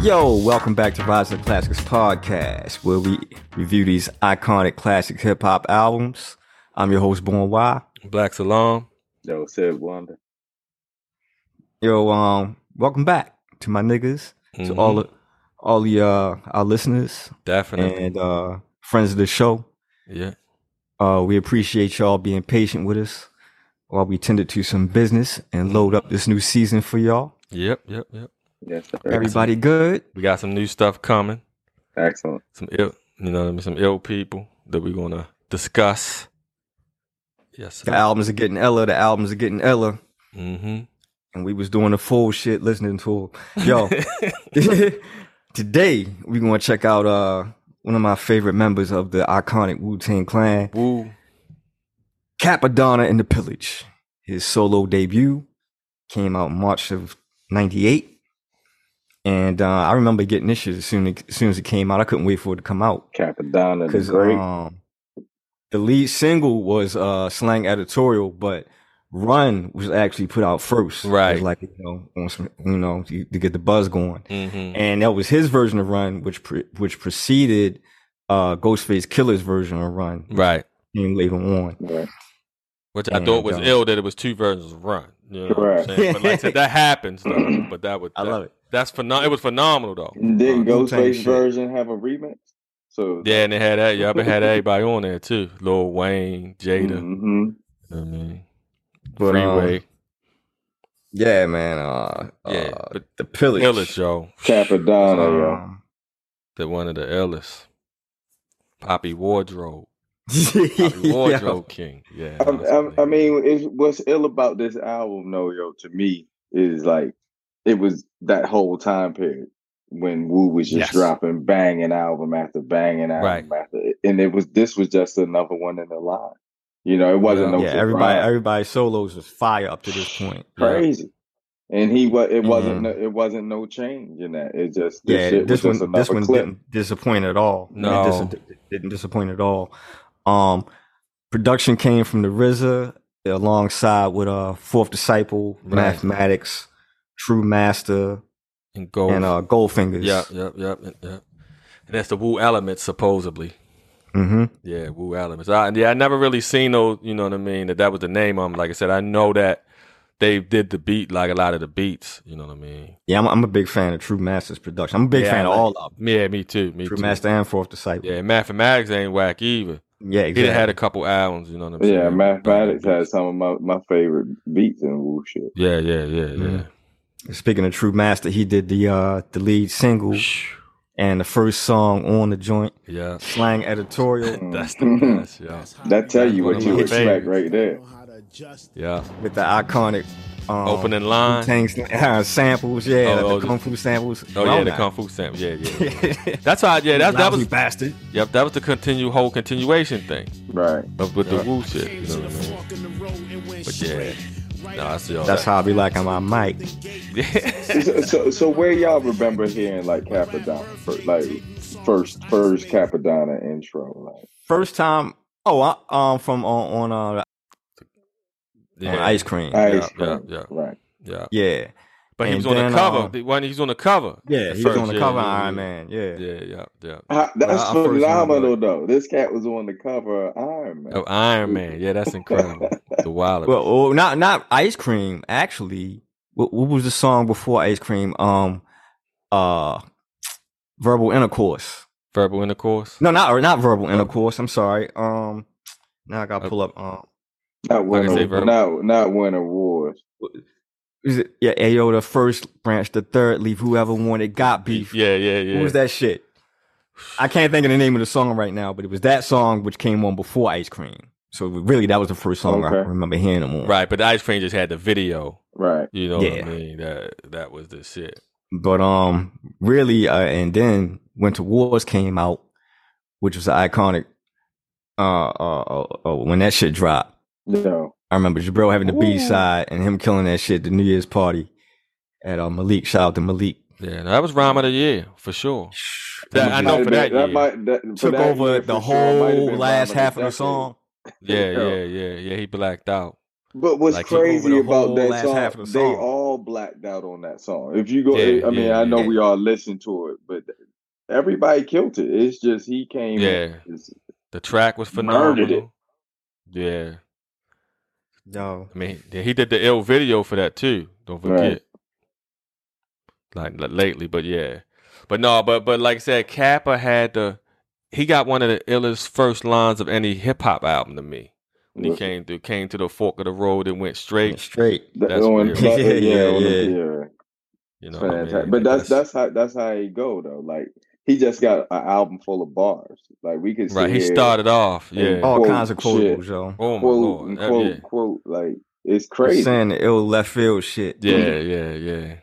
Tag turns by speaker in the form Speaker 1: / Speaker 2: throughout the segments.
Speaker 1: Yo, welcome back to Rise of the Classics podcast, where we review these iconic classic hip hop albums. I'm your host, Born Y.
Speaker 2: Black Salam.
Speaker 3: Yo, said Wanda.
Speaker 1: Yo, um, welcome back to my niggas, to
Speaker 2: Mhm.
Speaker 1: all the, all the uh, our listeners
Speaker 2: Definitely.
Speaker 1: and uh, friends of the show.
Speaker 2: yeah.
Speaker 1: Uh, we appreciate y'all being patient with us while we tended to some business and load up this new season for y'all.
Speaker 2: Yep. Yep. Yep.
Speaker 3: Yes, sir.
Speaker 1: Everybody good?
Speaker 2: We got some new stuff coming.
Speaker 3: Excellent.
Speaker 2: Some ill, you know, what I mean, some ill people that we're gonna discuss. Yes.
Speaker 1: The albums are getting ella. The albums are getting ella.
Speaker 2: Mm-hmm.
Speaker 1: And we was doing the full shit, listening to yo. today we gonna check out uh one of my favorite members of the iconic Wu Tang Clan,
Speaker 2: Woo.
Speaker 1: Capadonna and the Pillage. His solo debut came out March of '98, and uh, I remember getting this shit as soon as soon as it came out. I couldn't wait for it to come out.
Speaker 3: Capadonna the
Speaker 1: because
Speaker 3: Great.
Speaker 1: um, the lead single was uh, slang editorial, but Run was actually put out first,
Speaker 2: Right.
Speaker 1: It was Like you know, on some, you know, to, to get the buzz going,
Speaker 2: Mm-hmm.
Speaker 1: and that was his version of Run, which pre- which preceded uh, Ghostface Killer's version of Run,
Speaker 2: Right.
Speaker 1: came later on.
Speaker 3: Right.
Speaker 2: Which I
Speaker 1: And,
Speaker 2: thought was
Speaker 1: uh,
Speaker 2: ill that it was two versions of Run. You know what I'm
Speaker 3: Right.
Speaker 2: saying? But like I said, that happens though. But that would
Speaker 1: I
Speaker 2: that-
Speaker 1: love it.
Speaker 2: That's phenomenal. It was phenomenal though.
Speaker 3: Didn't
Speaker 1: Uh, Wu-Tang
Speaker 3: Ghostface
Speaker 1: shit.
Speaker 3: version have a remix? So
Speaker 2: Yeah, and they had that. Yep, it had everybody on there too. Lil Wayne, Jada. You
Speaker 3: hmm
Speaker 2: know what I mean,
Speaker 1: Mm-hmm. But, um,
Speaker 2: Freeway.
Speaker 1: Yeah, man. Uh,
Speaker 2: yeah,
Speaker 1: uh,
Speaker 2: but
Speaker 1: the pillage.
Speaker 2: illest, yo.
Speaker 3: Capadonna, yo.
Speaker 1: Um,
Speaker 2: The one of the illest. Poppy Wardrobe. Poppy
Speaker 1: yeah.
Speaker 2: Wardrobe King. Yeah.
Speaker 3: I,
Speaker 2: that's what
Speaker 3: Um, I, I
Speaker 2: it is.
Speaker 3: mean, it's, what's ill about this album, though, yo, to me, is like it was that whole time period when Wu was just
Speaker 2: Yes.
Speaker 3: dropping banging album after banging album after, and it was this was just another one in the line. You know, it wasn't
Speaker 2: Yeah.
Speaker 3: no
Speaker 1: Yeah, everybody,
Speaker 3: surprise.
Speaker 1: everybody solos was fire up to this point.
Speaker 3: crazy. And he was it wasn't
Speaker 1: Mhm.
Speaker 3: no, it wasn't no change in that. It just this
Speaker 1: yeah,
Speaker 3: shit
Speaker 1: this
Speaker 3: was
Speaker 1: one,
Speaker 3: just
Speaker 1: this
Speaker 3: another
Speaker 1: one
Speaker 3: clip.
Speaker 1: didn't disappoint at all.
Speaker 2: No.
Speaker 1: it didn't, dis- didn't disappoint at all. Um, production came from the RZA alongside with uh Fourth Disciple,
Speaker 2: Right.
Speaker 1: Mathematics, True Master,
Speaker 2: And gold.
Speaker 1: and uh Goldfingers.
Speaker 2: yep, yep, yep, yep. yep. And that's the Wu element, supposedly.
Speaker 1: hmm
Speaker 2: Yeah, Wu elements. I, yeah, I never really seen those. You know what I mean? That that was the name of them. Like I said, I know that they did the beat, like a lot of the beats. You know what I mean?
Speaker 1: Yeah, I'm, I'm a big fan of True Master's production. I'm a big
Speaker 2: Yeah,
Speaker 1: fan of
Speaker 2: I like-
Speaker 1: all of them.
Speaker 2: Yeah, me too. Me
Speaker 1: True
Speaker 2: too.
Speaker 1: Master and Fourth Disciple.
Speaker 2: Yeah, mathematics ain't whack either.
Speaker 1: yeah,
Speaker 2: He done
Speaker 1: exactly.
Speaker 2: had a couple albums. You know what I'm saying?
Speaker 3: Yeah, mathematics
Speaker 2: Banging
Speaker 3: had some of my, my favorite beats in Wu
Speaker 2: beats.
Speaker 3: shit.
Speaker 2: Yeah, yeah, yeah, yeah.
Speaker 1: Mhm. Speaking of True Master, he did the uh the lead single
Speaker 2: Phew.
Speaker 1: and the first song on the joint,
Speaker 2: Yeah,
Speaker 1: slang editorial.
Speaker 2: that's the best, yo.
Speaker 3: That tell
Speaker 2: That's
Speaker 3: you what
Speaker 2: one
Speaker 3: you
Speaker 2: of my
Speaker 3: expect
Speaker 2: favorites.
Speaker 3: right there.
Speaker 2: Yeah,
Speaker 1: with the iconic um,
Speaker 2: opening line.
Speaker 1: tanks, uh, samples, yeah,
Speaker 2: Oh,
Speaker 1: like
Speaker 2: oh,
Speaker 1: the
Speaker 2: just-
Speaker 1: kung fu samples.
Speaker 2: Oh yeah, the kung fu stamp. Yeah, yeah. yeah. That's how. Yeah, that that
Speaker 1: Lousy
Speaker 2: was.
Speaker 1: bastard.
Speaker 2: Yep, that was the continue whole continuation thing
Speaker 3: Right.
Speaker 2: of with the
Speaker 3: Yeah.
Speaker 2: Wu shit. You know what I mean? But yeah, nah, I see all
Speaker 1: That's
Speaker 2: that.
Speaker 1: how I be like on my mic.
Speaker 2: Yeah.
Speaker 3: So, so, so where y'all remember hearing like Capadonna, first, like first first Capadonna intro? Like,
Speaker 1: First time. Oh, I, um, from on on, uh, on ice cream.
Speaker 3: I-
Speaker 2: Yeah,
Speaker 3: Ice
Speaker 2: yeah,
Speaker 3: Cream.
Speaker 2: yeah,
Speaker 3: right?
Speaker 2: yeah.
Speaker 1: yeah,
Speaker 2: But he
Speaker 1: And
Speaker 2: was on
Speaker 1: then,
Speaker 2: the cover.
Speaker 1: uh,
Speaker 2: The- when he was on the cover.
Speaker 1: yeah,
Speaker 2: The
Speaker 1: he was
Speaker 2: first-
Speaker 1: on the
Speaker 2: yeah,
Speaker 1: cover of
Speaker 2: yeah,
Speaker 1: Iron
Speaker 2: yeah.
Speaker 1: Man. Yeah,
Speaker 2: Yeah, yeah, yeah.
Speaker 3: How- That's
Speaker 1: I first remember
Speaker 3: phenomenal,
Speaker 1: it.
Speaker 3: though. This cat was on the cover of Iron Man.
Speaker 2: Oh, Iron Man. Yeah, that's incredible. the wild.
Speaker 1: Well, oh, not not ice cream. Actually, what, what was the song before ice cream? Um, uh, verbal intercourse.
Speaker 2: verbal intercourse.
Speaker 1: No, not or not
Speaker 2: Oh.
Speaker 1: verbal intercourse. I'm sorry. Um, now I gotta pull up. Um,
Speaker 3: Not
Speaker 2: Like I say,
Speaker 3: winning,
Speaker 2: Verb-
Speaker 3: not not winning awards.
Speaker 1: is it yeah? Ayo, the first branch, the third leaf. Whoever wanted got beef.
Speaker 2: Yeah, yeah, yeah.
Speaker 1: What was that shit? I can't think of the name of the song right now, but it was that song which came on before Ice Cream. So really, that was the first song I
Speaker 3: Okay.
Speaker 1: remember hearing them on.
Speaker 2: Right, but the ice cream just had the video.
Speaker 3: Right.
Speaker 2: You know
Speaker 1: Yeah.
Speaker 2: what I mean? That that was the shit.
Speaker 1: But um, really, uh, and then Winter Wars came out, which was an iconic. Uh, uh, uh, uh, when that shit dropped,
Speaker 3: No.
Speaker 1: I remember Jabril having the
Speaker 3: Ooh.
Speaker 1: B side and him killing that shit at the New Year's party at uh, Malik. Shout out to Malik.
Speaker 2: Yeah, no, that was rhyme of the year for sure. That- I
Speaker 3: Might
Speaker 2: know
Speaker 3: have
Speaker 2: for
Speaker 3: been-
Speaker 2: that year.
Speaker 3: might- that- for
Speaker 1: Took
Speaker 3: that
Speaker 1: over
Speaker 3: year,
Speaker 1: the
Speaker 3: for sure, might have
Speaker 1: whole
Speaker 3: been
Speaker 1: last
Speaker 3: Rhyme
Speaker 1: half of the
Speaker 3: Decade.
Speaker 1: song.
Speaker 2: Yeah,
Speaker 3: Yo.
Speaker 2: yeah, yeah, yeah. He blacked out.
Speaker 3: But what's
Speaker 1: Like, he over
Speaker 3: crazy
Speaker 1: the
Speaker 3: about
Speaker 1: whole
Speaker 3: that
Speaker 1: last
Speaker 3: song,
Speaker 1: half of the
Speaker 3: they
Speaker 1: song.
Speaker 3: all blacked out on that song. If you go,
Speaker 2: Yeah,
Speaker 3: I mean,
Speaker 2: yeah,
Speaker 3: I know
Speaker 1: yeah.
Speaker 3: we all listened to it, but everybody killed it. It's just he came.
Speaker 2: Yeah.
Speaker 3: it's-
Speaker 2: The track was
Speaker 3: Murdered it.
Speaker 2: phenomenal. Yeah.
Speaker 1: No.
Speaker 2: I mean, yeah, he did the ill video for that too. Don't forget.
Speaker 3: Right.
Speaker 2: Like l- lately, but yeah, but no, but but like I said, Kappa had the he got one of the illest first lines of any hip hop album to me when he came through. Came to the fork of the road and went
Speaker 1: Straight.
Speaker 2: straight.
Speaker 3: the-
Speaker 2: That's
Speaker 3: on-
Speaker 2: weird.
Speaker 3: yeah,
Speaker 1: Yeah,
Speaker 3: on the-
Speaker 1: yeah.
Speaker 3: yeah.
Speaker 2: You know, what I
Speaker 3: Fantastic.
Speaker 2: mean?
Speaker 3: But
Speaker 2: Like,
Speaker 3: that's that's how that's how he go though. Like he just got an album full of bars. Like we could sit
Speaker 2: right. He
Speaker 3: here
Speaker 2: started off, yeah.
Speaker 3: and-
Speaker 2: Oh,
Speaker 1: All
Speaker 3: Quote
Speaker 1: kinds of quotables,
Speaker 3: shit.
Speaker 1: yo.
Speaker 2: my
Speaker 3: quote
Speaker 2: lord,
Speaker 3: and
Speaker 2: Uh,
Speaker 3: quote quote like it's crazy.
Speaker 1: Saying the ill left field shit.
Speaker 2: yeah, yeah, yeah, yeah.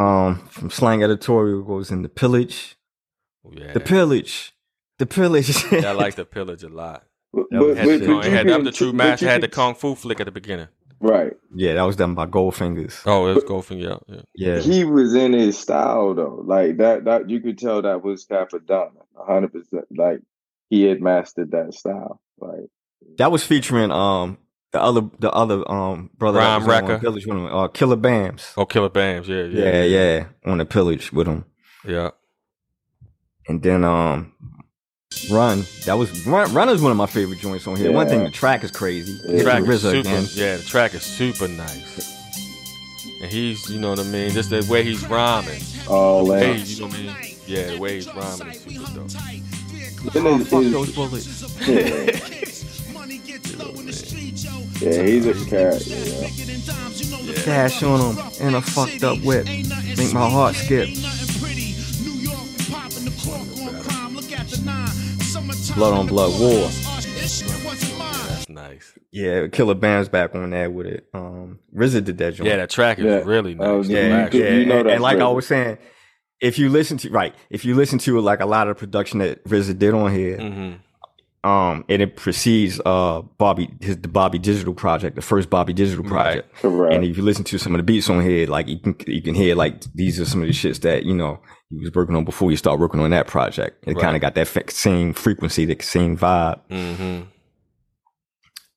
Speaker 1: Um, from slang editorial goes into pillage.
Speaker 2: Oh, yeah.
Speaker 1: The pillage. The pillage.
Speaker 2: Yeah, I like the pillage a lot.
Speaker 3: But,
Speaker 1: That was
Speaker 3: but,
Speaker 1: his
Speaker 2: Had,
Speaker 3: but
Speaker 2: you know,
Speaker 1: could
Speaker 2: it had
Speaker 3: can
Speaker 2: I'm the
Speaker 3: t-
Speaker 2: true
Speaker 3: but
Speaker 2: master.
Speaker 3: you
Speaker 2: Had the
Speaker 3: can-
Speaker 2: kung fu flick at the beginning.
Speaker 3: Right.
Speaker 1: Yeah, that was done by Goldfingers.
Speaker 2: Oh, it was Goldfinger. Yeah.
Speaker 1: Yeah.
Speaker 3: He was in his style though. Like that that you could tell that was Capadonna. hundred percent. Like he had mastered that style. Like
Speaker 1: That was featuring um the other the other um brother that
Speaker 2: Rhyme
Speaker 1: was on
Speaker 2: Wrecker.
Speaker 1: Pillage with him, uh, Killer Bams.
Speaker 2: Oh, Killer Bams. Yeah,
Speaker 1: yeah,
Speaker 2: yeah,
Speaker 1: yeah, on the pillage with him.
Speaker 2: yeah.
Speaker 1: And then um Run. That was Run Run is one of my favorite joints on here. One
Speaker 3: Yeah.
Speaker 1: thing the track is crazy.
Speaker 3: The
Speaker 1: Hit
Speaker 2: track is
Speaker 1: RZA
Speaker 2: super.
Speaker 1: again.
Speaker 2: Yeah, the track is super nice. And he's, you know what I mean, just the way he's rhyming.
Speaker 3: all that.
Speaker 2: Hey, you know what I mean? Yeah, the way he's rhyming is super dope.
Speaker 3: And it-
Speaker 1: Fuck
Speaker 3: it-
Speaker 1: those bullets.
Speaker 3: yeah, yeah, he's a character. Yeah.
Speaker 1: Dash on him in a fucked up whip. Make my heart skip. Blood on blood war.
Speaker 2: That's nice.
Speaker 1: Yeah, Killer Bams back on there with it. Um RZA did that joint.
Speaker 2: Yeah, that track is
Speaker 3: Yeah.
Speaker 2: really
Speaker 3: Oh,
Speaker 2: nice.
Speaker 3: yeah,
Speaker 2: The
Speaker 1: Yeah,
Speaker 2: last
Speaker 3: you
Speaker 1: yeah.
Speaker 2: one.
Speaker 3: know
Speaker 1: and,
Speaker 3: that's
Speaker 1: and like I
Speaker 3: real.
Speaker 1: was saying, if you listen to right, if you listen to like a lot of the production that RZA did on here,
Speaker 2: Mhm.
Speaker 1: um, and it precedes uh Bobby his the Bobby Digital project, the first Bobby Digital
Speaker 2: Right.
Speaker 1: project.
Speaker 3: Correct.
Speaker 1: And if you listen to some of the beats on here, like you can you can hear like these are some of the shits that you know you was working on before you start working on that project. It
Speaker 2: Right.
Speaker 1: kind of got that fa- same frequency, the same vibe.
Speaker 2: Mhm.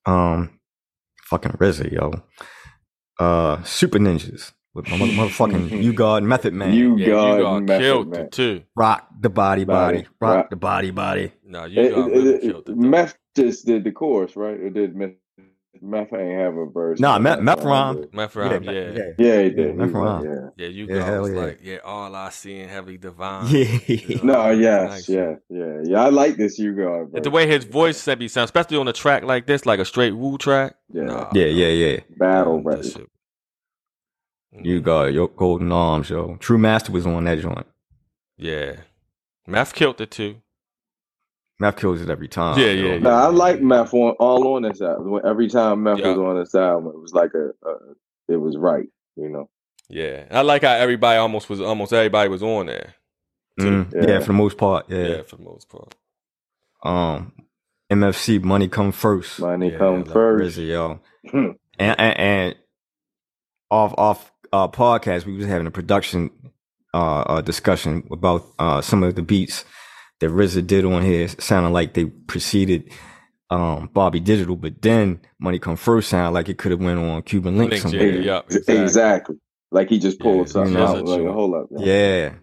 Speaker 1: Um, fucking RZA, yo. Uh, Super Ninjas with my mother- motherfucking You God Method Man.
Speaker 3: You
Speaker 2: Yeah,
Speaker 3: God
Speaker 2: you got
Speaker 3: Method
Speaker 2: killed
Speaker 3: Man.
Speaker 2: it too.
Speaker 1: rock the body, body,
Speaker 3: Body,
Speaker 1: rock,
Speaker 3: rock.
Speaker 1: the body, body.
Speaker 2: No, you
Speaker 3: It-
Speaker 2: got
Speaker 3: it-
Speaker 2: really
Speaker 3: it-
Speaker 2: killed it. though.
Speaker 3: Meth just did the chorus, right? Or did Meth? Meth ain't have a verse.
Speaker 1: Nah, Meth-
Speaker 3: Yeah,
Speaker 1: Meth
Speaker 3: he
Speaker 1: rhymed.
Speaker 3: did.
Speaker 2: Meth Rhyme, yeah. Yeah,
Speaker 3: Yeah, he did.
Speaker 1: Meth
Speaker 3: He was,
Speaker 1: rhymed.
Speaker 3: Yeah.
Speaker 2: you
Speaker 1: Yeah,
Speaker 2: got
Speaker 1: hell
Speaker 2: was
Speaker 1: yeah.
Speaker 2: like, yeah, all I see in heavy divine.
Speaker 1: Yeah.
Speaker 3: No,
Speaker 2: Oh,
Speaker 3: yes,
Speaker 2: nice.
Speaker 3: yeah, yeah, yeah. I like this You God.
Speaker 2: And
Speaker 3: verse.
Speaker 2: the way his voice said be sound, especially on a track like this, like a straight woo track.
Speaker 3: Yeah.
Speaker 2: Nah,
Speaker 1: Yeah, yeah, yeah.
Speaker 3: battle
Speaker 2: nah, that
Speaker 3: verse.
Speaker 2: shit- mm,
Speaker 1: You got your golden arms, yo. True Master was on that joint.
Speaker 2: Yeah. Meth killed it too.
Speaker 1: Meth kills it every time.
Speaker 2: Yeah,
Speaker 1: yo.
Speaker 2: yeah,
Speaker 3: No, I like Meth on all on this album. When- Every time Meth was
Speaker 2: Yeah.
Speaker 3: on this album, it was like a, a it was right, you know.
Speaker 2: Yeah. I like how everybody almost was almost everybody was on there.
Speaker 1: Mm, yeah.
Speaker 3: Yeah.
Speaker 1: for the most part. Yeah.
Speaker 2: Yeah, for the most part.
Speaker 1: Um, MFC, money come first.
Speaker 3: Money
Speaker 2: Yeah,
Speaker 3: come
Speaker 2: like
Speaker 3: first.
Speaker 1: RZA, yo. And, and, and off off uh, podcast, we was having a production uh, uh discussion about uh some of the beats that RZA did on here sounding like they preceded um Bobby Digital, but then Money Come First sounded like it could have went on Cuban Link
Speaker 2: Links, yeah,
Speaker 1: somewhere.
Speaker 2: yeah,
Speaker 3: e, exactly.
Speaker 2: exactly.
Speaker 3: Like he just pulled
Speaker 2: Yeah,
Speaker 3: something
Speaker 1: yeah.
Speaker 3: out. Like, hold up. man.
Speaker 1: Yeah.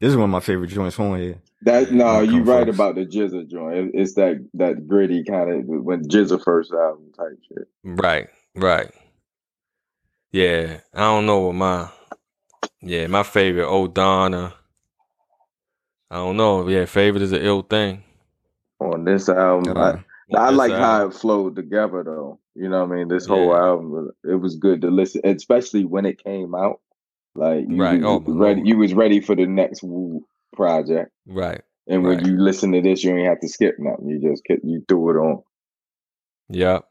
Speaker 1: This is one of my favorite joints on here.
Speaker 3: That no,
Speaker 1: Meth
Speaker 3: you
Speaker 1: come
Speaker 3: right
Speaker 1: first.
Speaker 3: about the Jizza joint. It- It's that that gritty kind of when Jizza first album type shit.
Speaker 2: Right, right. Yeah. I don't know what my yeah, my favorite, O'Donna. I don't know. Yeah, favorite is an ill thing.
Speaker 3: On this album, I,
Speaker 1: Uh,
Speaker 3: I
Speaker 2: That's
Speaker 3: like
Speaker 2: how-
Speaker 3: how it flowed together though. You know what I mean? This whole
Speaker 2: Yeah.
Speaker 3: album, was- it was good to listen, especially when it came out. Like you
Speaker 2: Right.
Speaker 3: was
Speaker 2: Oh, my
Speaker 3: ready,
Speaker 2: Lord.
Speaker 3: you was ready for the next Woo project,
Speaker 2: Right.
Speaker 3: and when
Speaker 2: Right.
Speaker 3: you listen to this, you ain't have to skip nothing. You just kept, you threw it on.
Speaker 2: Yep.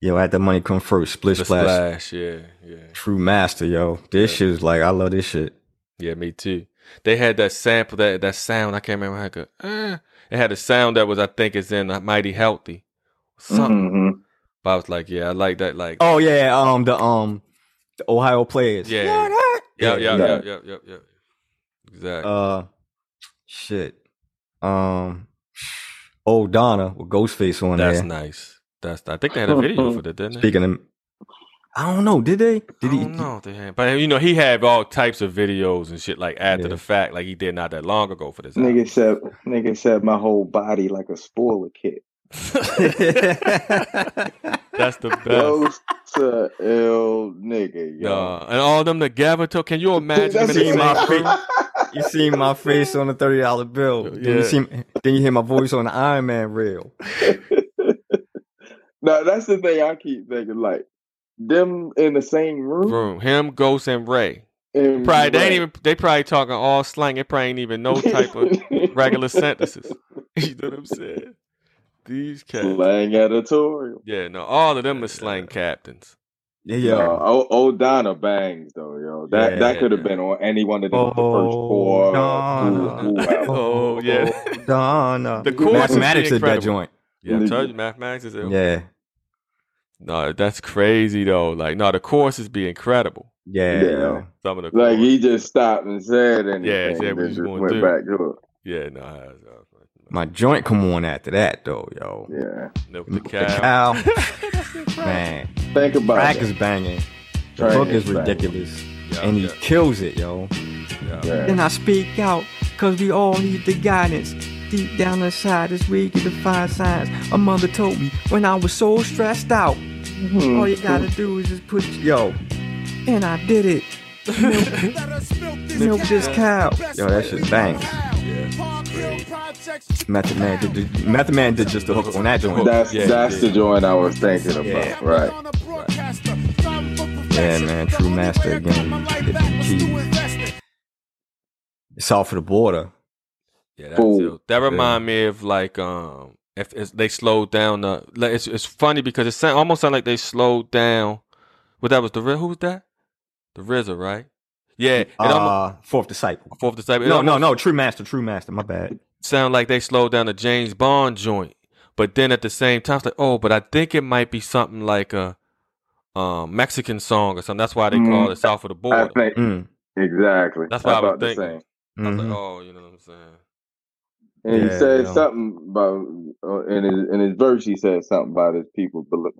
Speaker 1: yo, I had that Money Come First, Split
Speaker 2: The
Speaker 1: Splash,
Speaker 2: splash, yeah, yeah,
Speaker 1: True Master, yo. This
Speaker 2: Yeah.
Speaker 1: shit is like I love this shit.
Speaker 2: yeah. Me too. They had that sample, that that sound. I can't remember how it go. "Ah." it had a sound that was, I think, it's in uh, Mighty Healthy, something.
Speaker 3: Mhm.
Speaker 2: But I was like, yeah, I like that. Like,
Speaker 1: Oh yeah, um the um the Ohio players.
Speaker 2: Yeah. yeah,
Speaker 1: yeah,
Speaker 2: yeah,
Speaker 3: yeah.
Speaker 2: yeah, yeah, yeah, yeah. Exactly.
Speaker 1: Uh, shit. Um, old Donna with Ghostface on
Speaker 2: That's
Speaker 1: there.
Speaker 2: nice. That's I think they had a video for that, didn't they?
Speaker 1: Speaking of, I don't know. Did they? Did
Speaker 2: I don't know, they had, but you know he had all types of videos and shit like after
Speaker 1: Yeah.
Speaker 2: the fact, like he did not that long ago for this. album.
Speaker 3: Nigga said, nigga said my whole body like a spoiler kit.
Speaker 2: That's the best.
Speaker 3: Those to ill nigga, yo.
Speaker 2: Nah, and all them together too. Can you imagine them in
Speaker 3: That's
Speaker 2: the
Speaker 1: Team
Speaker 2: same
Speaker 1: Rock.
Speaker 2: room?
Speaker 1: you see my face on the thirty dollar bill? Then
Speaker 2: Yeah.
Speaker 1: you see, then you hear my voice on the Iron Man rail.
Speaker 3: no, that's the thing I keep thinking. Like them in the same room.
Speaker 2: room? Him, Ghost, and Ray.
Speaker 3: and
Speaker 2: Probably they ain't even. They probably talking all slang. It probably ain't even no type of regular sentences. you know what I'm saying? These cats.
Speaker 3: Slang editorial.
Speaker 2: Yeah, no, all of them are slang captains.
Speaker 1: Yeah,
Speaker 3: Yeah,
Speaker 1: yo.
Speaker 3: no, O- O'Donna bangs though, yo. That that
Speaker 2: Yeah.
Speaker 3: could have been on any one of them the first
Speaker 1: Oh,
Speaker 3: four.
Speaker 1: Donna.
Speaker 3: who- who else.
Speaker 2: Oh, yeah.
Speaker 1: Donna.
Speaker 2: The
Speaker 3: course is
Speaker 1: Uh, mathematics at that
Speaker 2: incredible.
Speaker 1: joint.
Speaker 2: Yeah, I
Speaker 3: Mhm.
Speaker 2: told you mathematics is ill.
Speaker 1: Yeah,
Speaker 2: No, that's crazy though. Like, no, the courses be incredible.
Speaker 1: yeah,
Speaker 3: Yeah.
Speaker 1: yo.
Speaker 2: Some of the
Speaker 3: Like
Speaker 2: courses.
Speaker 3: he just stopped and said anything.
Speaker 2: Yeah, said what
Speaker 3: and
Speaker 2: you
Speaker 3: just
Speaker 2: gonna
Speaker 3: went
Speaker 2: do.
Speaker 3: back to it.
Speaker 2: yeah, no, I- I was like,
Speaker 1: My joint come on after that though, yo.
Speaker 3: Yeah.
Speaker 2: milk the
Speaker 1: The
Speaker 2: cow.
Speaker 1: cow,
Speaker 2: That's incredible.
Speaker 1: man.
Speaker 3: Think about
Speaker 1: Crack
Speaker 3: that.
Speaker 1: is banging. The
Speaker 3: Track
Speaker 1: hook is
Speaker 3: banging.
Speaker 1: ridiculous,
Speaker 2: Yeah,
Speaker 1: and he
Speaker 2: yeah,
Speaker 1: kills it, yo.
Speaker 2: yeah.
Speaker 3: Yeah.
Speaker 1: Then I speak out, cause we all need the guidance. Deep down inside, it's weak to find signs. My mother told me when I was so stressed out,
Speaker 3: Hmm.
Speaker 2: Oh,
Speaker 1: all you gotta do is just put yo, and I did it. Milk this cow. Yo, that shit bangs. Method Man did, did- Method Man did just the hook on that joint.
Speaker 3: That's
Speaker 2: Yeah,
Speaker 3: that's
Speaker 2: yeah.
Speaker 3: the joint I was thinking about,
Speaker 1: Yeah.
Speaker 3: right?
Speaker 4: Yeah, man, true master again. Hit the key.
Speaker 1: It's off of the border.
Speaker 2: Yeah, that's
Speaker 3: Fool.
Speaker 2: ill. That remind me of like um if, if they slowed down the like, it's it's funny because it sound, almost sound like they slowed down. What that was the Ri- who was that? The RZA, right? Yeah, it almost
Speaker 1: Uh, fourth disciple.
Speaker 2: fourth disciple. it
Speaker 1: No, no,
Speaker 2: almost
Speaker 1: no. True master. True master. My bad.
Speaker 2: Sound like they slowed down the James Bond joint, but then at the same time, it's like oh, but I think it might be something like a um Mexican song or something. That's why they
Speaker 1: Mm-hmm.
Speaker 2: call
Speaker 3: Mm.
Speaker 2: it South of the
Speaker 3: I
Speaker 2: Border.
Speaker 3: think
Speaker 1: Mm,
Speaker 3: exactly.
Speaker 2: That's what I was
Speaker 3: About the
Speaker 2: thinking.
Speaker 3: same.
Speaker 2: I was
Speaker 1: mhm.
Speaker 2: like, oh, you know what I'm saying?
Speaker 3: And he
Speaker 1: Yeah,
Speaker 3: said
Speaker 1: yeah.
Speaker 3: something about uh, in his in his verse. He said something about his people below,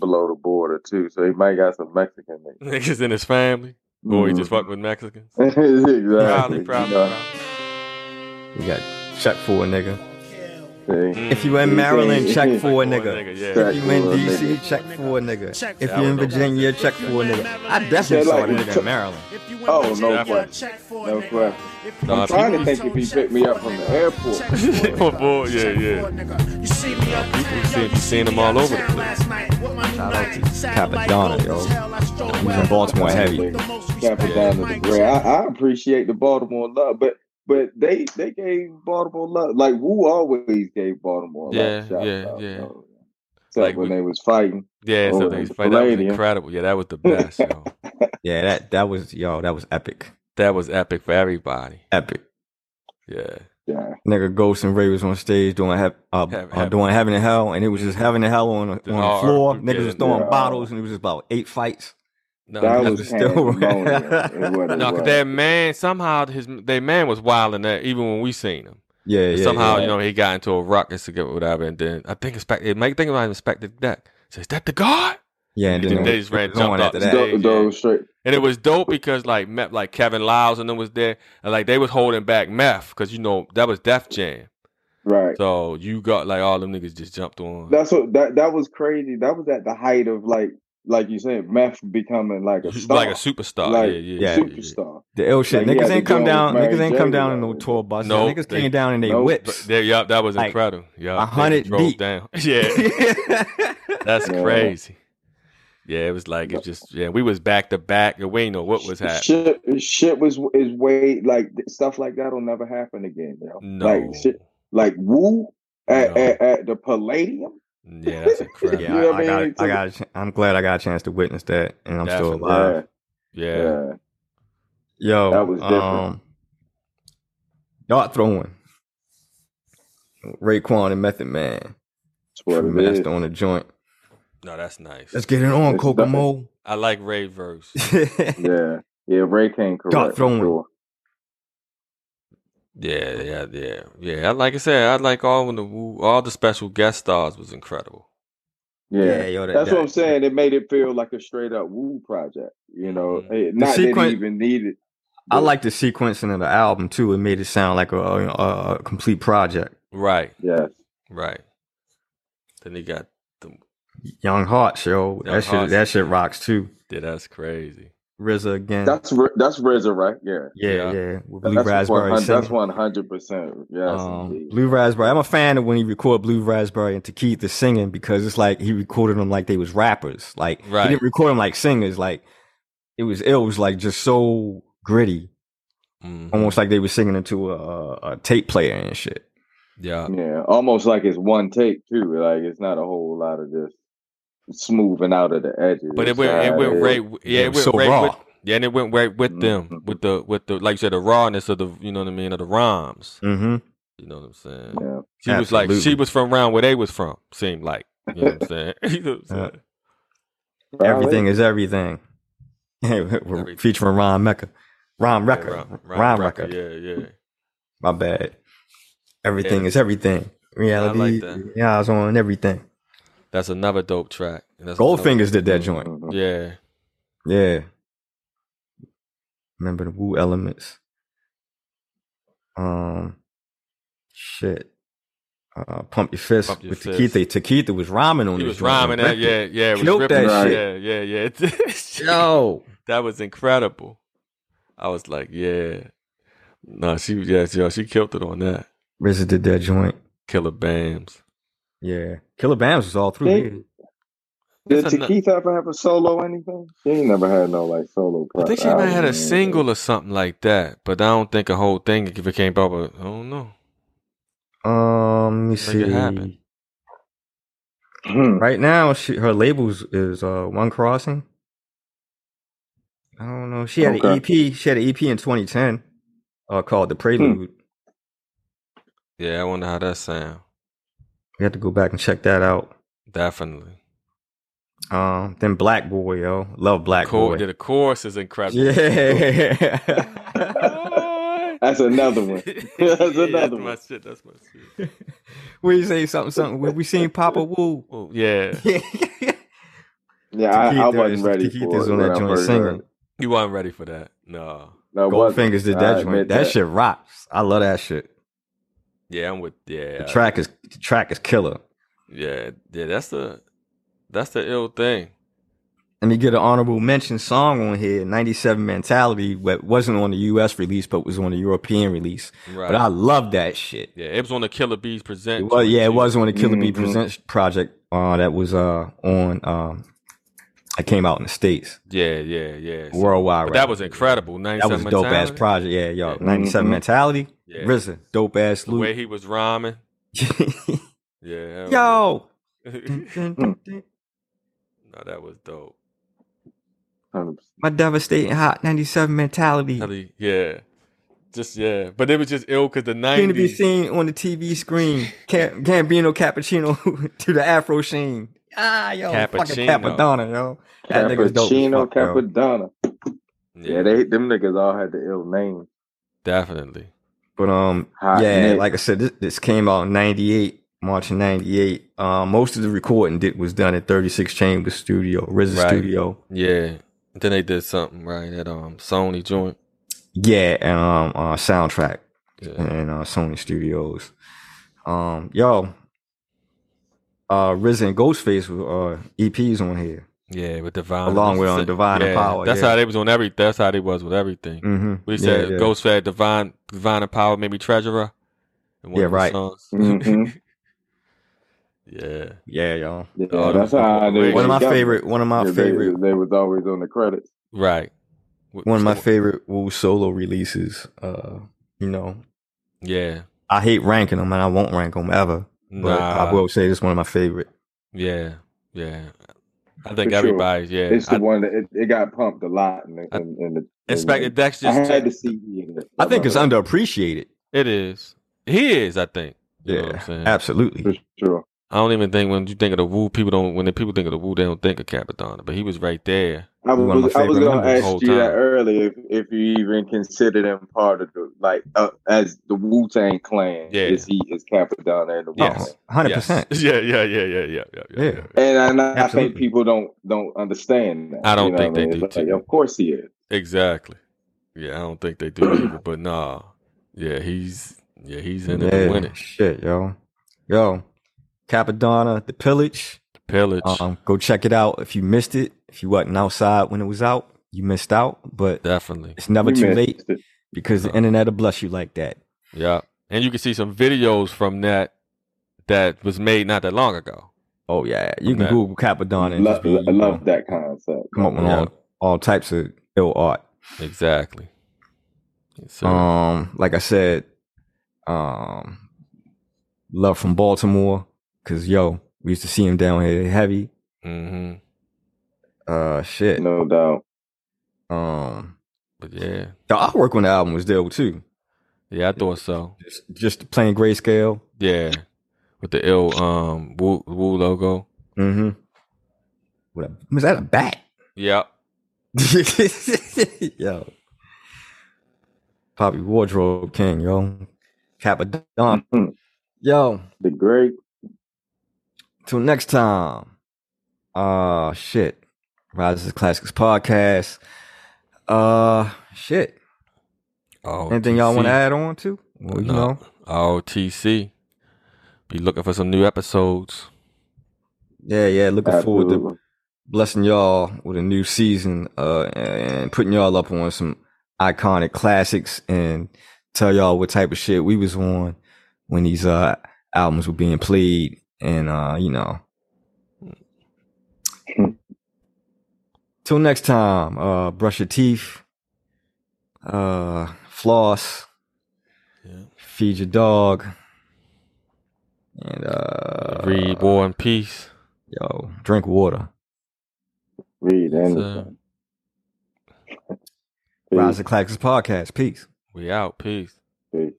Speaker 3: below the border too. So he might got some Mexican. in it.
Speaker 2: Niggas in his family, or he just
Speaker 1: Mm-hmm.
Speaker 2: fuck with Mexicans.
Speaker 3: exactly.
Speaker 2: Probably,
Speaker 3: you
Speaker 2: probably,
Speaker 3: know,
Speaker 2: probably.
Speaker 1: You got check for a nigga.
Speaker 3: see?
Speaker 1: If you in Maryland, check for a
Speaker 2: Check
Speaker 1: nigga.
Speaker 2: yeah.
Speaker 1: If you in DC, check for a nigga. If you in Virginia, check for a nigga. I definitely saw a nigga in Maryland.
Speaker 3: Oh, no
Speaker 2: question.
Speaker 3: No question.
Speaker 2: Nah,
Speaker 4: I'm trying to think if he picked me up from the airport.
Speaker 2: Oh, boy, yeah, yeah.
Speaker 4: You see me up
Speaker 2: see- you seen him all over the place.
Speaker 1: Shout out to Capadonna, yo. He's in Baltimore heavy.
Speaker 3: Capadonna the Great. I, I appreciate the Baltimore love, but but they they gave Baltimore love. Like Wu always gave Baltimore a lot
Speaker 2: Yeah,
Speaker 3: of shots
Speaker 2: yeah,
Speaker 3: out,
Speaker 2: yeah.
Speaker 3: though. Except
Speaker 2: Like
Speaker 3: when
Speaker 2: we-
Speaker 3: they was fighting.
Speaker 2: Yeah,
Speaker 3: Oh,
Speaker 2: so
Speaker 3: and
Speaker 2: they
Speaker 3: the
Speaker 2: fight. That was
Speaker 3: Palladium.
Speaker 2: incredible. Yeah, that was the best. yo.
Speaker 1: Yeah, that that was yo, that was epic,
Speaker 2: That was epic for everybody.
Speaker 1: epic.
Speaker 2: Yeah,
Speaker 3: Yeah.
Speaker 1: Nigga, Ghost and Ray was on stage doing hea- uh,
Speaker 2: Heaven-
Speaker 1: uh, doing Heaven and Hell, and it was just Heaven and Hell on on the
Speaker 2: Oh,
Speaker 1: floor.
Speaker 2: yeah.
Speaker 1: Niggas was throwing
Speaker 3: Yeah.
Speaker 1: bottles, and it was just about eight fights.
Speaker 2: no,
Speaker 3: that
Speaker 2: because-
Speaker 3: was
Speaker 1: that's the story.
Speaker 3: pandemonium. It was- it
Speaker 2: no, 'cause
Speaker 3: was.
Speaker 2: that man somehow his their man was wild in that even when we seen him.
Speaker 1: Yeah, yeah.
Speaker 2: somehow
Speaker 1: yeah.
Speaker 2: you know he got into a ruckus or whatever, and then I think it's back. It might think about inspected deck. So is that the guard?
Speaker 1: yeah. And then
Speaker 2: They
Speaker 1: it
Speaker 2: just
Speaker 1: was-
Speaker 2: ran-
Speaker 1: it was on after
Speaker 2: jumped off
Speaker 1: that.
Speaker 2: the
Speaker 3: Those- those straight.
Speaker 2: And it was dope because like Meth, like Kevin Lyles and them was there, and like they was holding back Meth because you know that was Def Jam.
Speaker 3: Right.
Speaker 2: So you got like all them niggas just jumped on.
Speaker 3: That's what that that was crazy. That was at the height of like like you said, meth becoming like a
Speaker 2: He's
Speaker 3: star.
Speaker 2: like a superstar.
Speaker 3: Like,
Speaker 2: yeah, yeah,
Speaker 1: yeah,
Speaker 2: yeah, yeah.
Speaker 3: superstar.
Speaker 1: The ill shit.
Speaker 3: Like, he
Speaker 1: niggas
Speaker 3: had to
Speaker 1: ain't come
Speaker 3: go with
Speaker 1: down.
Speaker 3: Mary
Speaker 1: Niggas ain't
Speaker 3: J.
Speaker 1: come down in
Speaker 3: though.
Speaker 1: no tour buses.
Speaker 2: No,
Speaker 1: niggas
Speaker 2: they-
Speaker 1: came down in they
Speaker 3: no,
Speaker 2: But
Speaker 1: whips.
Speaker 2: there, yup, that was
Speaker 1: Like,
Speaker 2: incredible. Yeah,
Speaker 1: a hundred deep.
Speaker 2: down. Yeah, that's
Speaker 3: Yeah.
Speaker 2: crazy. Yeah, it was like it just yeah. We was back to back, and we ain't know what was happening.
Speaker 3: Shit, shit was is way like stuff like that'll never happen again. You know?
Speaker 2: No,
Speaker 3: Like shit, like woo at,
Speaker 2: No.
Speaker 3: at, at the Palladium.
Speaker 2: yeah, that's incredible.
Speaker 1: Yeah,
Speaker 3: You know what
Speaker 1: I,
Speaker 3: I mean?
Speaker 1: got.
Speaker 3: It's
Speaker 1: I
Speaker 3: like-
Speaker 1: got. a ch- I'm glad I got a chance to witness that, and I'm still
Speaker 2: Definitely.
Speaker 1: alive.
Speaker 2: yeah,
Speaker 3: yeah, yeah.
Speaker 1: Yo,
Speaker 3: That was different.
Speaker 1: Um, dart throwing. Raekwon and Method Man.
Speaker 3: That's what it is.
Speaker 1: Master on the joint.
Speaker 2: no, that's nice.
Speaker 1: Let's get it on,
Speaker 3: It's nothing.
Speaker 1: Kokomo.
Speaker 2: I like Ray verse.
Speaker 3: Yeah, yeah. Ray came correct.
Speaker 1: Dart
Speaker 3: for
Speaker 1: throwing.
Speaker 3: sure.
Speaker 2: Yeah, yeah, yeah, yeah. I- Like I said, I like all when the Wu- all the special guest stars was incredible.
Speaker 3: Yeah.
Speaker 1: yo, that,
Speaker 3: That's
Speaker 1: that-
Speaker 3: what I'm saying. It made it feel like a straight up woo project, you know.
Speaker 2: Mhm.
Speaker 3: It, not that
Speaker 1: sequen-
Speaker 3: it even needed.
Speaker 1: I like the sequencing of the album too. It made it sound like a, a, a complete project.
Speaker 2: Right,
Speaker 3: Yes.
Speaker 2: right. Then he got
Speaker 1: Young Hearts, yo,
Speaker 2: Young
Speaker 1: that shit,
Speaker 2: Hearts.
Speaker 1: that shit rocks too.
Speaker 2: yeah, that's crazy.
Speaker 1: RZA again,
Speaker 3: That's re- that's RZA, right? Yeah.
Speaker 1: yeah, yeah,
Speaker 2: yeah.
Speaker 1: with Blue
Speaker 3: That's
Speaker 1: Raspberry.
Speaker 3: 100 That's
Speaker 1: singing.
Speaker 3: one hundred percent. Yes.
Speaker 1: um,
Speaker 3: indeed.
Speaker 1: Blue Raspberry. I'm a fan of when he record Blue Raspberry and Takita singing because it's like he recorded them like they was rappers. Like
Speaker 2: Right.
Speaker 1: he didn't record them like singers. Like it was it was like just so gritty,
Speaker 2: Mhm.
Speaker 1: almost like they were singing into a, a, a tape player and shit.
Speaker 2: Yeah,
Speaker 3: Yeah, almost like it's one take too. Like it's not a whole lot of just smoothing out of the edges.
Speaker 2: but it
Speaker 3: It's
Speaker 2: went it
Speaker 3: like,
Speaker 2: went right. Yeah,
Speaker 1: it
Speaker 2: it
Speaker 1: was
Speaker 2: went
Speaker 1: so
Speaker 2: right
Speaker 1: raw.
Speaker 2: with yeah, and it went right
Speaker 1: Mm-hmm.
Speaker 2: with them
Speaker 3: Mhm.
Speaker 2: with the with the like you said the rawness of the you know what I mean of the rhymes.
Speaker 1: Mm-hmm.
Speaker 2: You know what I'm saying?
Speaker 3: Yeah.
Speaker 2: She was like
Speaker 1: Absolutely.
Speaker 2: she was from around where they was from. Seemed like you know what I'm saying. you know what I'm
Speaker 1: Yeah.
Speaker 2: saying?
Speaker 1: Everything is everything. We're
Speaker 2: Everything.
Speaker 1: Featuring Ron Mecca, Ron
Speaker 2: Yeah,
Speaker 1: Recker,
Speaker 2: Ron- Ron
Speaker 1: Ron
Speaker 2: Rucker,
Speaker 1: Recker.
Speaker 2: Yeah, yeah.
Speaker 1: My bad. Everything
Speaker 2: Yeah.
Speaker 1: is everything. Reality. Yeah, I
Speaker 2: that.
Speaker 1: was on everything.
Speaker 2: That's another dope track. And that's another- Mm-hmm.
Speaker 1: Goldfingers did that joint.
Speaker 3: Mhm.
Speaker 2: Yeah.
Speaker 1: Yeah. Remember the Woo elements. Um, shit. Uh, pump your fist
Speaker 2: Pump Your
Speaker 1: with
Speaker 2: Fist.
Speaker 1: Takita. Takita was rhyming on
Speaker 2: He
Speaker 1: this
Speaker 2: was
Speaker 1: joint.
Speaker 2: rhyming that.
Speaker 1: Ripped it.
Speaker 2: Yeah, yeah. He was
Speaker 1: Killed
Speaker 2: ripping
Speaker 1: that
Speaker 2: Yeah, yeah, yeah.
Speaker 1: Yo,
Speaker 2: that was incredible. I was like, yeah. No, she yes, yo, she killed it on that.
Speaker 1: RZA did that joint.
Speaker 2: Killer Bams.
Speaker 1: Yeah, Killer Bams was all through.
Speaker 3: They-
Speaker 1: here.
Speaker 3: Did
Speaker 2: That's a nu-
Speaker 3: Takita ever have a solo anything? She ain't never had no like solo.
Speaker 2: I
Speaker 3: pro-
Speaker 2: think she might have had
Speaker 3: album
Speaker 1: Uh,
Speaker 2: a
Speaker 3: or
Speaker 2: single or something like that, but I don't think a whole thing if it came out. But I don't know.
Speaker 1: Um, let me
Speaker 2: Make it happen.
Speaker 1: see.
Speaker 3: anything.
Speaker 1: Right now, she, her labels is uh One Crossing. I don't know. She had an
Speaker 3: Okay. Hmm.
Speaker 1: EP. She had an EP in 2010, uh, called The Prelude.
Speaker 2: Yeah, I wonder how that sound.
Speaker 1: We have to go back and check that out.
Speaker 2: Definitely.
Speaker 1: Um, then Black Boy, yo, love Black
Speaker 2: Cor-
Speaker 1: Boy.
Speaker 2: yeah, the chorus is incredible.
Speaker 1: yeah.
Speaker 2: Boy.
Speaker 3: That's another one. That's another
Speaker 2: that's
Speaker 3: one.
Speaker 2: My shit. That's my shit.
Speaker 1: we say something, something. We, we seen Papa Woo.
Speaker 2: Well, yeah,
Speaker 3: Yeah, I, I
Speaker 1: Takita is-
Speaker 3: wasn't ready for
Speaker 1: Takita's
Speaker 3: it.
Speaker 1: on
Speaker 3: when
Speaker 1: that
Speaker 3: I
Speaker 1: joint
Speaker 3: first heard
Speaker 1: singing.
Speaker 3: it.
Speaker 2: you weren't ready for that. No.
Speaker 3: No, it wasn't.
Speaker 1: Goldfingers did
Speaker 3: I
Speaker 1: that joint.
Speaker 3: admit
Speaker 1: That
Speaker 3: that.
Speaker 1: shit rocks. I love that shit.
Speaker 2: Yeah, I'm with. Yeah,
Speaker 1: The track is the track is killer.
Speaker 2: yeah, yeah. That's the that's the ill thing.
Speaker 1: Let me get an honorable mention song on here. 97 Mentality, that wasn't on the US release, but was on the European release.
Speaker 2: Right.
Speaker 1: But I love that shit.
Speaker 2: yeah, it was on the Killer Bees present.
Speaker 1: It was, yeah, it was on the Killer Bee
Speaker 2: Mm-hmm.
Speaker 3: Mhm.
Speaker 1: Presents project uh, that was uh, on. Um, I came out in the states
Speaker 2: Yeah, yeah, yeah. So-
Speaker 1: worldwide.
Speaker 2: but
Speaker 1: rather.
Speaker 2: that was incredible.
Speaker 1: That was a dope ass
Speaker 2: project.
Speaker 1: project. Yeah, y'all.
Speaker 2: Yeah. Mm-hmm.
Speaker 1: 97
Speaker 3: Mhm.
Speaker 1: mentality.
Speaker 2: Yeah.
Speaker 1: RZA, dope ass
Speaker 2: The way
Speaker 1: loop.
Speaker 2: he was rhyming. Yeah. hell
Speaker 1: Yo.
Speaker 2: yeah.
Speaker 1: Dun, dun, dun, dun.
Speaker 2: no, that was dope.
Speaker 3: 100%.
Speaker 1: My devastating hot 97 mentality.
Speaker 2: How he- yeah. Just yeah, but it was just ill because the
Speaker 1: Soon to be
Speaker 2: nineties.
Speaker 1: seen on the TV screen. Cam- Gambino Cappuccino to the Afro scene. Ah, yo. Fucking
Speaker 2: Cappuccino.
Speaker 1: Capadonna, yo. That nigga's dope as
Speaker 3: Cappuccino,
Speaker 1: fuck, yo.
Speaker 3: Capadonna. Yeah, they them niggas all had the ill name.
Speaker 2: definitely.
Speaker 1: But um,
Speaker 3: Hot
Speaker 1: yeah,
Speaker 3: Nick.
Speaker 1: like I said, this, this came out in '98, March of '98. Uh, most of the recording did was done at 36 Chamber Studio, RZA
Speaker 2: Right.
Speaker 1: Studio.
Speaker 2: Yeah. Then they did something right at um Sony joint.
Speaker 1: Yeah, and um, uh, soundtrack
Speaker 2: Yeah.
Speaker 1: and uh, Sony Studios. Um, yo, uh, RZA and Ghostface were uh, EPs on here.
Speaker 2: Yeah, with Divine.
Speaker 1: Along
Speaker 2: was
Speaker 1: with,
Speaker 2: the
Speaker 1: um,
Speaker 2: sa-
Speaker 1: Divine and Power,
Speaker 2: That's
Speaker 1: yeah.
Speaker 2: how they was on every. That's how they was with everything.
Speaker 1: Mm-hmm.
Speaker 2: We said
Speaker 1: yeah,
Speaker 2: Ghost had Divine, Divine and Power made me treasurer. in one
Speaker 1: Yeah,
Speaker 2: of the
Speaker 1: right.
Speaker 2: songs.
Speaker 3: Mhm.
Speaker 2: yeah,
Speaker 1: yeah, y'all.
Speaker 3: Yeah,
Speaker 2: Oh,
Speaker 3: that's
Speaker 2: that was
Speaker 3: how I
Speaker 2: dope.
Speaker 3: knew.
Speaker 1: One of my
Speaker 3: they got me.
Speaker 1: favorite. One of my
Speaker 3: Yeah,
Speaker 1: favorite.
Speaker 3: They, they was always on the credits.
Speaker 2: right. With-
Speaker 1: One of my
Speaker 2: so-
Speaker 1: favorite Wu solo releases. Uh, you know,
Speaker 2: Yeah,
Speaker 1: I hate ranking them, and I won't rank them ever. But
Speaker 2: nah.
Speaker 1: I will say this is one of my favorite.
Speaker 2: Yeah, yeah. I think
Speaker 3: sure.
Speaker 2: everybody's yeah.
Speaker 3: It's the
Speaker 2: I,
Speaker 3: one that it, it got pumped a lot in the.
Speaker 2: I-
Speaker 3: In, in the
Speaker 2: it's
Speaker 3: in
Speaker 2: back-
Speaker 3: the-
Speaker 2: that's
Speaker 3: I
Speaker 2: just
Speaker 3: had to see in it. Uh,
Speaker 1: I think it's
Speaker 3: remember
Speaker 1: underappreciated.
Speaker 2: it is. He is, I think. You know what
Speaker 1: Yeah,
Speaker 2: I'm saying?
Speaker 1: absolutely.
Speaker 3: that, For sure.
Speaker 2: I don't even think when you think of the Wu, people don't when the people think of the Wu, they don't think of Capadonna, but he was right there.
Speaker 3: I
Speaker 1: One of
Speaker 3: was,
Speaker 1: my
Speaker 3: I was
Speaker 1: favorite
Speaker 3: gonna
Speaker 1: members
Speaker 2: the whole
Speaker 3: ask you that
Speaker 2: time.
Speaker 3: earlier if, if you even consider him part of the like uh, as the Wu Tang Clan.
Speaker 2: Yeah.
Speaker 3: Is he is Capadonna and the Wu
Speaker 2: Yes.
Speaker 3: Tang?
Speaker 1: Oh, hundred
Speaker 2: Yes.
Speaker 1: percent.
Speaker 2: Yeah, yeah, yeah, yeah, yeah, yeah, yeah.
Speaker 1: Yeah.
Speaker 2: yeah.
Speaker 3: And I- and I, I think
Speaker 1: Absolutely.
Speaker 3: people don't don't understand that.
Speaker 2: I don't
Speaker 3: you know
Speaker 2: think
Speaker 3: what
Speaker 2: they
Speaker 3: I mean?
Speaker 2: do,
Speaker 3: It's like,
Speaker 2: too.
Speaker 3: Of course he is.
Speaker 2: Exactly. Yeah, I don't think they do either, but nah. Yeah, he's yeah, he's in it to win it.
Speaker 1: Shit, yo. Yo. Capadonna, The Pillage.
Speaker 2: Pillage.
Speaker 1: Um, go check it out if you missed it. If you wasn't outside when it was out, you missed out. But
Speaker 2: definitely.
Speaker 1: it's never
Speaker 3: You
Speaker 1: too
Speaker 3: missed
Speaker 1: late
Speaker 3: it.
Speaker 1: because the
Speaker 2: Uh-huh.
Speaker 1: internet will bless you like that.
Speaker 2: Yeah. And you can see some videos from that that was made not that long ago.
Speaker 1: Oh yeah. You can
Speaker 2: Okay.
Speaker 1: Google Capadonna and
Speaker 3: Lo-
Speaker 1: just be,
Speaker 3: lo- I
Speaker 1: you know,
Speaker 3: love that concept.
Speaker 1: come up with
Speaker 2: Yeah.
Speaker 1: all, all types of ill art.
Speaker 2: Exactly. So
Speaker 1: Um, like I said, um, love from Baltimore because yo, we used to see him down here heavy.
Speaker 2: hmm
Speaker 1: Uh, shit.
Speaker 3: No doubt.
Speaker 1: Um,
Speaker 2: but yeah.
Speaker 1: the artwork on the album was dope too.
Speaker 2: Yeah, I thought so.
Speaker 1: Just, just plain grayscale.
Speaker 2: Yeah. With the ill um woo woo logo.
Speaker 1: Mm-hmm. What a, was that a bat?
Speaker 2: Yeah.
Speaker 1: yo, Poppy Wardrobe King, yo, Capadon,
Speaker 3: Mhm.
Speaker 1: yo.
Speaker 3: The great
Speaker 1: Till next time. Uh shit. Rise of Classics podcast. Uh shit.
Speaker 2: Oh,
Speaker 1: Anything y'all want to add on to? Well, you
Speaker 2: No.
Speaker 1: know,
Speaker 2: ROTC. Be looking for some new episodes.
Speaker 1: yeah, yeah. Looking forward to
Speaker 3: absolutely.
Speaker 1: blessing y'all with a new season, uh, and putting y'all up on some iconic classics, and tell y'all what type of shit we was on when these uh albums were being played, and uh, you know. Till next time, uh, brush your teeth, uh, floss,
Speaker 2: Yeah.
Speaker 1: feed your dog, and uh,
Speaker 2: Read War and Peace.
Speaker 1: yo, drink water.
Speaker 3: Read
Speaker 2: So-
Speaker 3: anything.
Speaker 1: Rise of Claxes podcast. Peace.
Speaker 2: We out. Peace.
Speaker 3: Peace.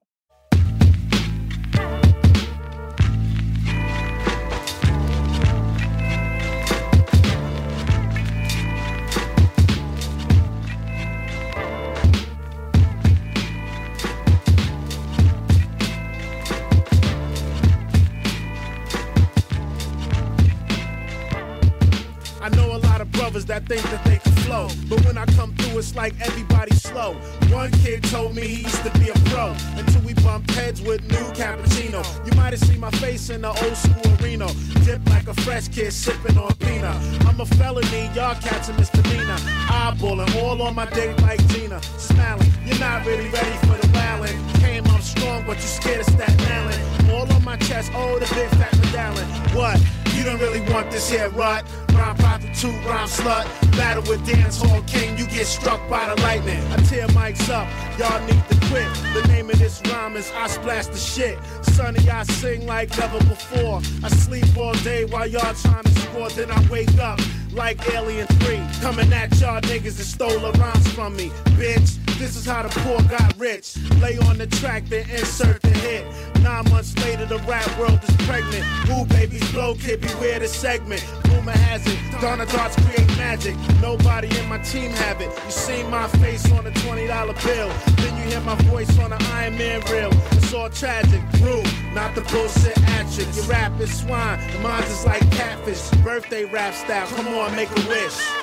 Speaker 4: I know a lot of brothers that think that they can flow, but when I come through, it's like everybody's slow. One kid told me he used to be a pro until we bumped heads with new cappuccino. You might have seen my face in the old school arena, dipped like a fresh kid sipping on peanut. I'm a felony, y'all catch a misdemeanor. Eyeballing all on my date like Gina, smiling. You're not really ready for the wildin'. Came up strong, but you scared of that Allen. All on my chest, oh the big fat medallion. What? You don't really want this here rot. Rhyme prostitute, rhyme slut. Battle with dance hall king, you get struck by the lightning. I tear mics up, y'all need to quit. The name of this rhyme is I splash the shit. Sonny, I sing like never before. I sleep all day while y'all trying to score, then I wake up like Alien 3. Coming at y'all niggas that stole the rhymes from me, bitch. This is how the poor got rich. Lay on the track, then insert the hit. Nine months later, the rap world is pregnant. Woo babies blow, kid, beware the segment. Rumor has it, Donna Darts create magic. Nobody in my team have it. You see my face on a $20 bill. Then you hear my voice on an Iron Man reel. It's all tragic, rude, not the bullshit action. Your rap is swine, and mine is like catfish. Birthday rap style, come on, make a wish.